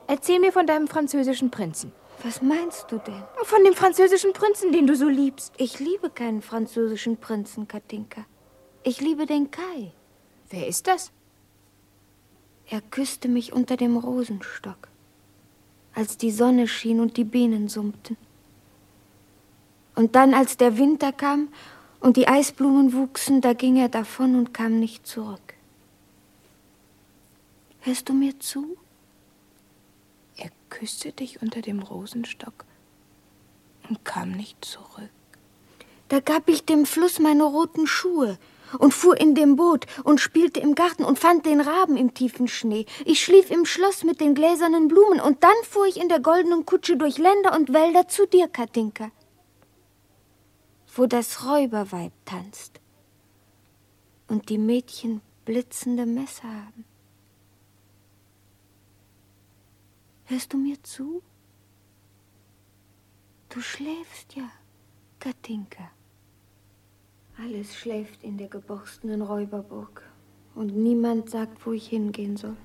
S10: Erzähl mir von deinem französischen Prinzen.
S2: Was meinst du denn?
S10: Von dem französischen Prinzen, den du so liebst.
S2: Ich liebe keinen französischen Prinzen, Katinka. Ich liebe den Kai.
S10: Wer ist das?
S2: Er küsste mich unter dem Rosenstock, als die Sonne schien und die Bienen summten. Und dann, als der Winter kam und die Eisblumen wuchsen, da ging er davon und kam nicht zurück. Hörst du mir zu?
S10: Er küsste dich unter dem Rosenstock und kam nicht zurück.
S2: Da gab ich dem Fluss meine roten Schuhe und fuhr in dem Boot und spielte im Garten und fand den Raben im tiefen Schnee. Ich schlief im Schloss mit den gläsernen Blumen und dann fuhr ich in der goldenen Kutsche durch Länder und Wälder zu dir, Katinka, wo das Räuberweib tanzt und die Mädchen blitzende Messer haben. Hörst du mir zu? Du schläfst ja, Katinka. Alles schläft in der geborstenen Räuberburg und niemand sagt, wo ich hingehen soll.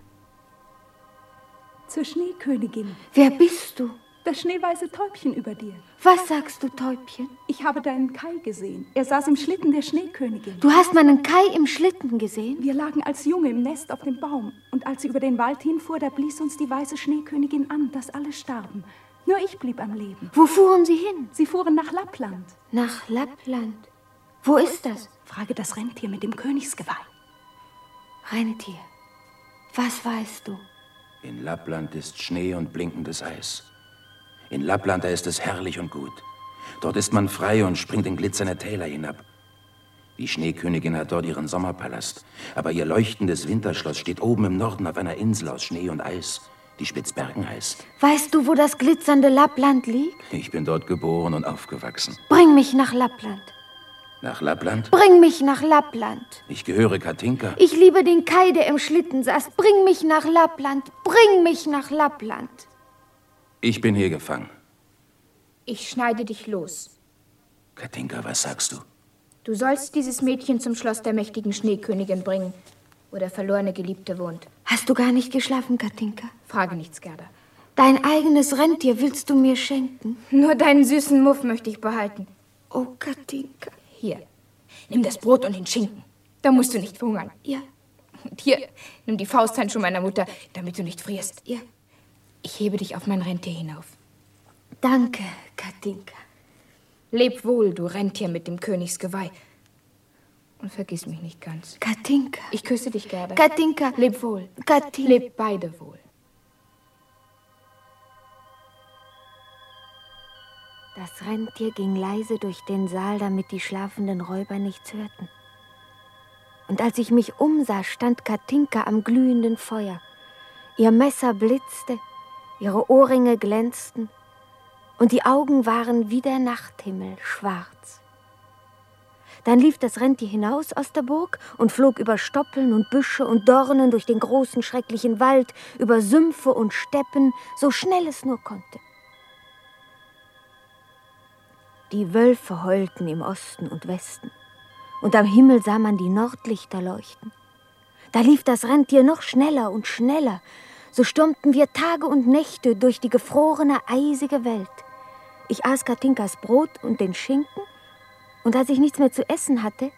S13: Zur Schneekönigin.
S2: Wer bist du?
S13: Das schneeweiße Täubchen über dir.
S2: Was sagst du, Täubchen?
S13: Ich habe deinen Kai gesehen. Er saß im Schlitten der Schneekönigin.
S2: Du hast meinen Kai im Schlitten gesehen?
S13: Wir lagen als Junge im Nest auf dem Baum. Und als sie über den Wald hinfuhr, da blies uns die weiße Schneekönigin an, dass alle starben. Nur ich blieb am Leben.
S2: Wo fuhren sie hin?
S13: Sie fuhren nach Lappland.
S2: Nach Lappland? Wo ist das?
S13: Frage das Rentier mit dem Königsgeweih.
S2: Rentier, was weißt du?
S19: In Lappland ist Schnee und blinkendes Eis. In Lappland, da ist es herrlich und gut. Dort ist man frei und springt in glitzernde Täler hinab. Die Schneekönigin hat dort ihren Sommerpalast, aber ihr leuchtendes Winterschloss steht oben im Norden auf einer Insel aus Schnee und Eis, die Spitzbergen heißt.
S2: Weißt du, wo das glitzernde Lappland liegt?
S19: Ich bin dort geboren und aufgewachsen.
S2: Bring mich nach Lappland.
S19: Nach Lappland?
S2: Bring mich nach Lappland.
S19: Ich gehöre Katinka.
S2: Ich liebe den Kai, der im Schlitten saß. Bring mich nach Lappland. Bring mich nach Lappland.
S19: Ich bin hier gefangen.
S20: Ich schneide dich los.
S19: Katinka, was sagst du?
S20: Du sollst dieses Mädchen zum Schloss der mächtigen Schneekönigin bringen, wo der verlorene Geliebte wohnt.
S2: Hast du gar nicht geschlafen, Katinka?
S20: Frage nichts, Gerda.
S2: Dein eigenes Rentier willst du mir schenken?
S20: Nur deinen süßen Muff möchte ich behalten.
S2: Oh, Katinka.
S20: Hier, nimm das Brot und den Schinken. Da musst du nicht verhungern.
S2: Ja.
S20: Und hier, nimm die Fausthandschuhe meiner Mutter, damit du nicht frierst.
S2: Ja.
S20: Ich hebe dich auf mein Rentier hinauf.
S2: Danke, Katinka.
S20: Leb wohl, du Rentier mit dem Königsgeweih. Und vergiss mich nicht ganz.
S2: Katinka.
S20: Ich küsse dich, Gerda.
S2: Katinka.
S20: Leb wohl.
S2: Katinka.
S20: Leb beide wohl.
S2: Das Rentier ging leise durch den Saal, damit die schlafenden Räuber nichts hörten. Und als ich mich umsah, stand Katinka am glühenden Feuer. Ihr Messer blitzte, ihre Ohrringe glänzten und die Augen waren wie der Nachthimmel schwarz. Dann lief das Rentier hinaus aus der Burg und flog über Stoppeln und Büsche und Dornen durch den großen schrecklichen Wald, über Sümpfe und Steppen, so schnell es nur konnte. Die Wölfe heulten im Osten und Westen, und am Himmel sah man die Nordlichter leuchten. Da lief das Rentier noch schneller und schneller, so stürmten wir Tage und Nächte durch die gefrorene, eisige Welt. Ich aß Katinkas Brot und den Schinken, und als ich nichts mehr zu essen hatte,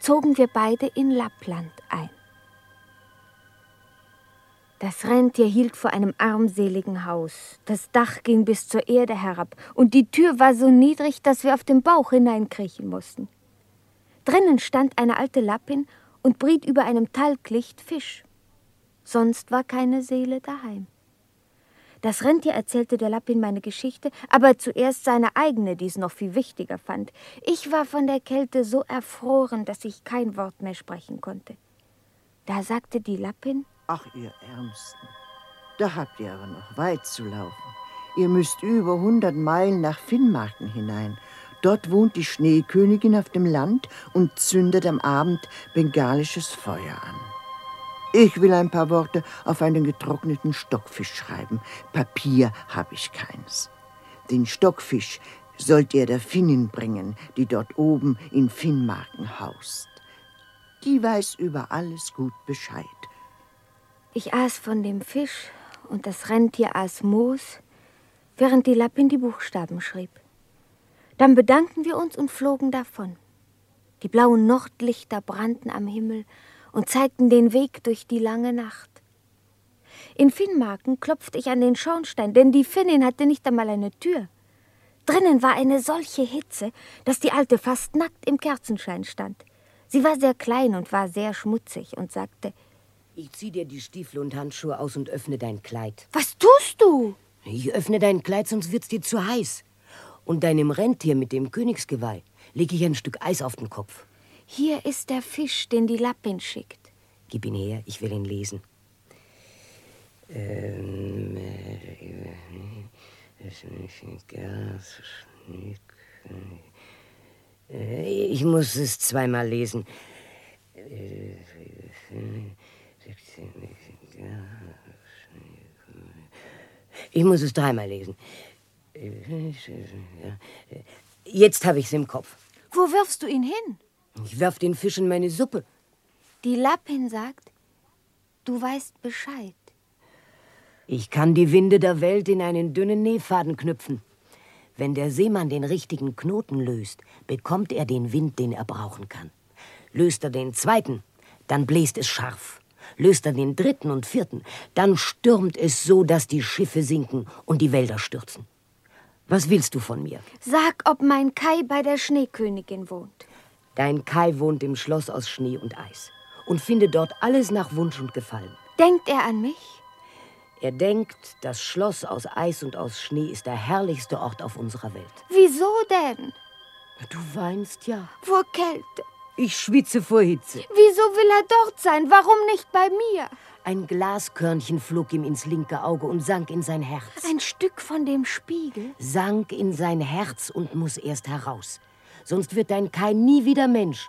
S2: zogen wir beide in Lappland ein. Das Rentier hielt vor einem armseligen Haus. Das Dach ging bis zur Erde herab und die Tür war so niedrig, dass wir auf dem Bauch hineinkriechen mussten. Drinnen stand eine alte Lappin und briet über einem Talglicht Fisch. Sonst war keine Seele daheim. Das Rentier erzählte der Lappin meine Geschichte, aber zuerst seine eigene, die es noch viel wichtiger fand. Ich war von der Kälte so erfroren, dass ich kein Wort mehr sprechen konnte. Da sagte die Lappin,
S21: Ach, ihr Ärmsten, da habt ihr aber noch weit zu laufen. Ihr müsst über hundert Meilen nach Finnmarken hinein. Dort wohnt die Schneekönigin auf dem Land und zündet am Abend bengalisches Feuer an. Ich will ein paar Worte auf einen getrockneten Stockfisch schreiben. Papier habe ich keins. Den Stockfisch sollt ihr der Finnin bringen, die dort oben in Finnmarken haust. Die weiß über alles gut Bescheid.
S2: Ich aß von dem Fisch und das Rentier aß Moos, während die Lappin die Buchstaben schrieb. Dann bedankten wir uns und flogen davon. Die blauen Nordlichter brannten am Himmel und zeigten den Weg durch die lange Nacht. In Finnmarken klopfte ich an den Schornstein, denn die Finnin hatte nicht einmal eine Tür. Drinnen war eine solche Hitze, dass die Alte fast nackt im Kerzenschein stand. Sie war sehr klein und war sehr schmutzig und sagte,
S8: ich zieh dir die Stiefel und Handschuhe aus und öffne dein Kleid.
S2: Was tust machst du?
S8: Ich öffne dein Kleid, sonst wird's dir zu heiß. Und deinem Rentier mit dem Königsgeweih lege ich ein Stück Eis auf den Kopf.
S2: Hier ist der Fisch, den die Lappin schickt.
S8: Gib ihn her, ich will ihn lesen. Ähm, äh, es ist nicht ein Gas, Schnick, äh, Ich muss es zweimal lesen. Äh, 16, ja, Ich muss es dreimal lesen. Ja, Jetzt habe ich es im Kopf.
S2: Wo wirfst du ihn hin?
S8: Ich werf den Fisch in meine Suppe.
S2: Die Lappin sagt, du weißt Bescheid.
S8: Ich kann die Winde der Welt in einen dünnen Nähfaden knüpfen. Wenn der Seemann den richtigen Knoten löst, bekommt er den Wind, den er brauchen kann. Löst er den zweiten, dann bläst es scharf. Löst er den dritten und vierten, dann stürmt es so, dass die Schiffe sinken und die Wälder stürzen. Was willst du von mir?
S2: Sag, ob mein Kai bei der Schneekönigin wohnt.
S8: Dein Kai wohnt im Schloss aus Schnee und Eis und findet dort alles nach Wunsch und Gefallen.
S2: Denkt er an mich?
S8: Er denkt, das Schloss aus Eis und aus Schnee ist der herrlichste Ort auf unserer Welt.
S2: Wieso denn?
S8: Du weinst ja.
S2: Vor Kälte.
S8: Ich schwitze vor Hitze.
S2: Wieso will er dort sein? Warum nicht bei mir?
S8: Ein Glaskörnchen flog ihm ins linke Auge und sank in sein Herz.
S2: Ein Stück von dem Spiegel?
S8: Sank in sein Herz und muss erst heraus. Sonst wird dein Kai nie wieder Mensch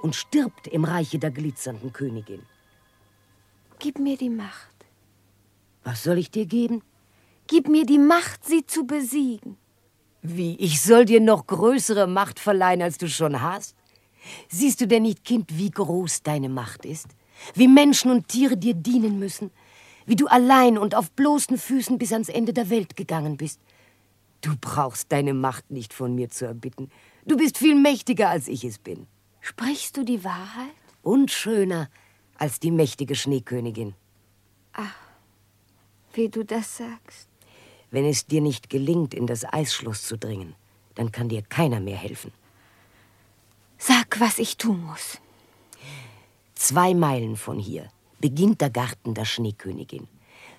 S8: und stirbt im Reiche der glitzernden Königin.
S2: Gib mir die Macht.
S8: Was soll ich dir geben?
S2: Gib mir die Macht, sie zu besiegen.
S8: Wie, ich soll dir noch größere Macht verleihen, als du schon hast? Siehst du denn nicht, Kind, wie groß deine Macht ist? Wie Menschen und Tiere dir dienen müssen? Wie du allein und auf bloßen Füßen bis ans Ende der Welt gegangen bist? Du brauchst deine Macht nicht von mir zu erbitten. Du bist viel mächtiger, als ich es bin.
S2: Sprichst du die Wahrheit?
S8: Und schöner als die mächtige Schneekönigin.
S2: Ach, Ah, wie du das sagst.
S8: Wenn es dir nicht gelingt, in das Eisschloss zu dringen, dann kann dir keiner mehr helfen.
S2: Sag, was ich tun muss.
S8: Zwei Meilen von hier beginnt der Garten der Schneekönigin.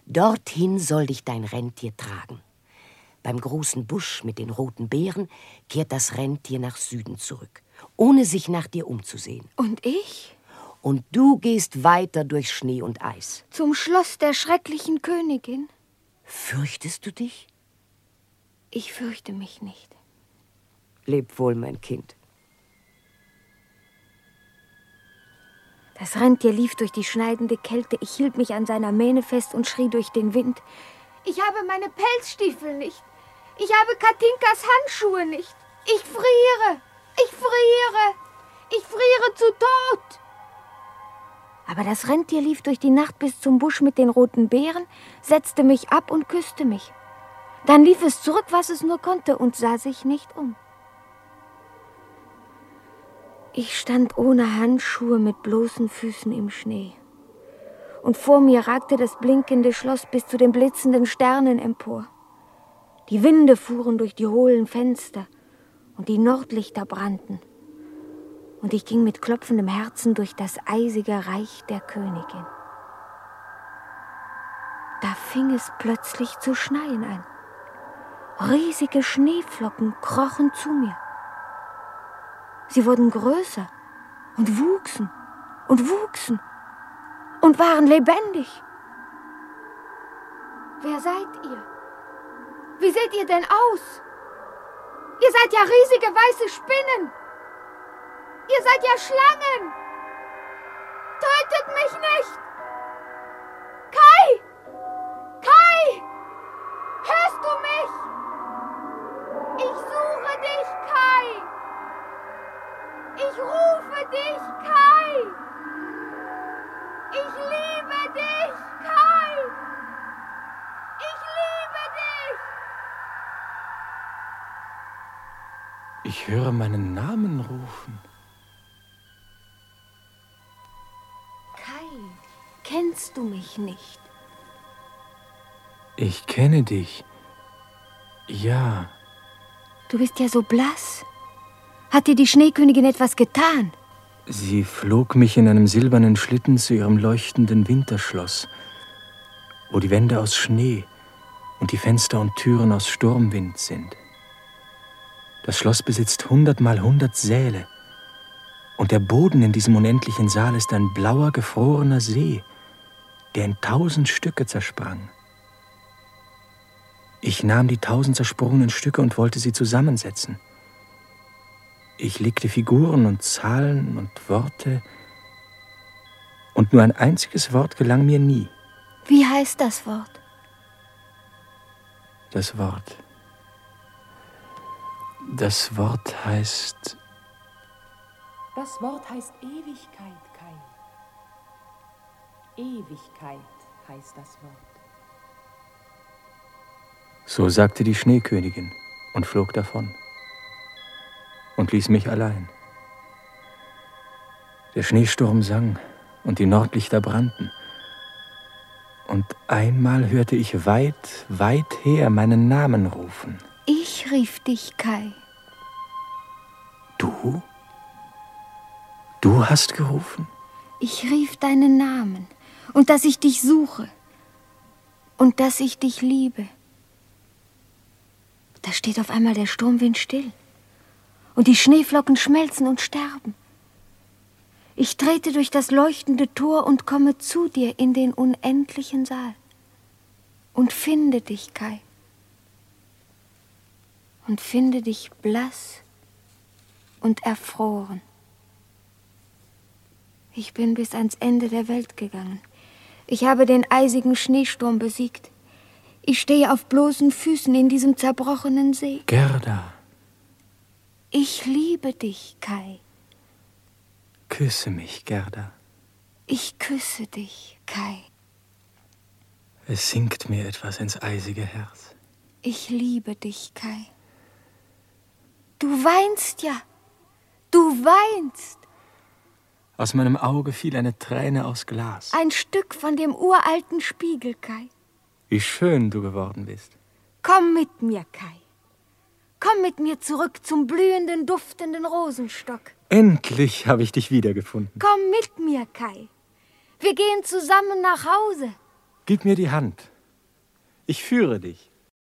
S8: Dorthin soll dich dein Rentier tragen. Beim großen Busch mit den roten Beeren kehrt das Rentier nach Süden zurück, ohne sich nach dir umzusehen.
S2: Und ich?
S8: Und du gehst weiter durch Schnee und Eis.
S2: Zum Schloss der schrecklichen Königin?
S8: Fürchtest du dich?
S2: Ich fürchte mich nicht.
S8: Leb wohl, mein Kind.
S2: Das Rentier lief durch die schneidende Kälte. Ich hielt mich an seiner Mähne fest und schrie durch den Wind. Ich habe meine Pelzstiefel nicht. Ich habe Katinkas Handschuhe nicht. Ich friere. Ich friere. Ich friere zu Tod. Aber das Rentier lief durch die Nacht bis zum Busch mit den roten Beeren, setzte mich ab und küsste mich. Dann lief es zurück, was es nur konnte, und sah sich nicht um. Ich stand ohne Handschuhe mit bloßen Füßen im Schnee. Und vor mir ragte das blinkende Schloss bis zu den blitzenden Sternen empor. Die Winde fuhren durch die hohlen Fenster und die Nordlichter brannten. Und ich ging mit klopfendem Herzen durch das eisige Reich der Königin. Da fing es plötzlich zu schneien an. Riesige Schneeflocken krochen zu mir. Sie wurden größer und wuchsen und wuchsen und waren lebendig. Wer seid ihr? Wie seht ihr denn aus? Ihr seid ja riesige weiße Spinnen. Ihr seid ja Schlangen. Tötet mich nicht. Kai! Kai! Hörst du mich? Ich suche dich, Kai. Ich rufe dich, Kai! Ich liebe dich, Kai! Ich liebe dich!
S1: Ich höre meinen Namen rufen.
S2: Kai, kennst du mich nicht?
S1: Ich kenne dich. Ja.
S2: Du bist ja so blass. Hat dir die Schneekönigin etwas getan?
S1: Sie flog mich in einem silbernen Schlitten zu ihrem leuchtenden Winterschloss, wo die Wände aus Schnee und die Fenster und Türen aus Sturmwind sind. Das Schloss besitzt hundertmal hundert Säle. Und der Boden in diesem unendlichen Saal ist ein blauer, gefrorener See, der in tausend Stücke zersprang. Ich nahm die tausend zersprungenen Stücke und wollte sie zusammensetzen. Ich legte Figuren und Zahlen und Worte, und nur ein einziges Wort gelang mir nie,
S2: Wie heißt das Wort?
S1: das Wort. Das Wort heißt
S22: Das Wort heißt Ewigkeit, Kai. Ewigkeit heißt das Wort.
S1: So sagte die Schneekönigin und flog davon und ließ mich allein. Der Schneesturm sang und die Nordlichter brannten. Und einmal hörte ich weit, weit her meinen Namen rufen.
S2: Ich rief dich, Kai.
S1: Du? Du hast gerufen?
S2: Ich rief deinen Namen und dass ich dich suche und dass ich dich liebe. Da steht auf einmal der Sturmwind still und die Schneeflocken schmelzen und sterben. Ich trete durch das leuchtende Tor und komme zu dir in den unendlichen Saal und finde dich, Kai. Und finde dich blass und erfroren. Ich bin bis ans Ende der Welt gegangen. Ich habe den eisigen Schneesturm besiegt. Ich stehe auf bloßen Füßen in diesem zerbrochenen See.
S1: Gerda,
S2: Ich liebe dich, Kai.
S1: küsse mich, Gerda.
S2: Ich küsse dich, Kai.
S1: Es sinkt mir etwas ins eisige Herz.
S2: Ich liebe dich, Kai. Du weinst ja. Du weinst.
S1: Aus meinem Auge fiel eine Träne aus Glas.
S2: Ein Stück von dem uralten Spiegel, Kai.
S1: Wie schön du geworden bist.
S2: Komm mit mir, Kai. Komm mit mir zurück zum blühenden, duftenden Rosenstock.
S1: Endlich habe ich dich wiedergefunden.
S2: Komm mit mir, Kai. Wir gehen zusammen nach Hause.
S1: Gib mir die Hand. Ich führe dich.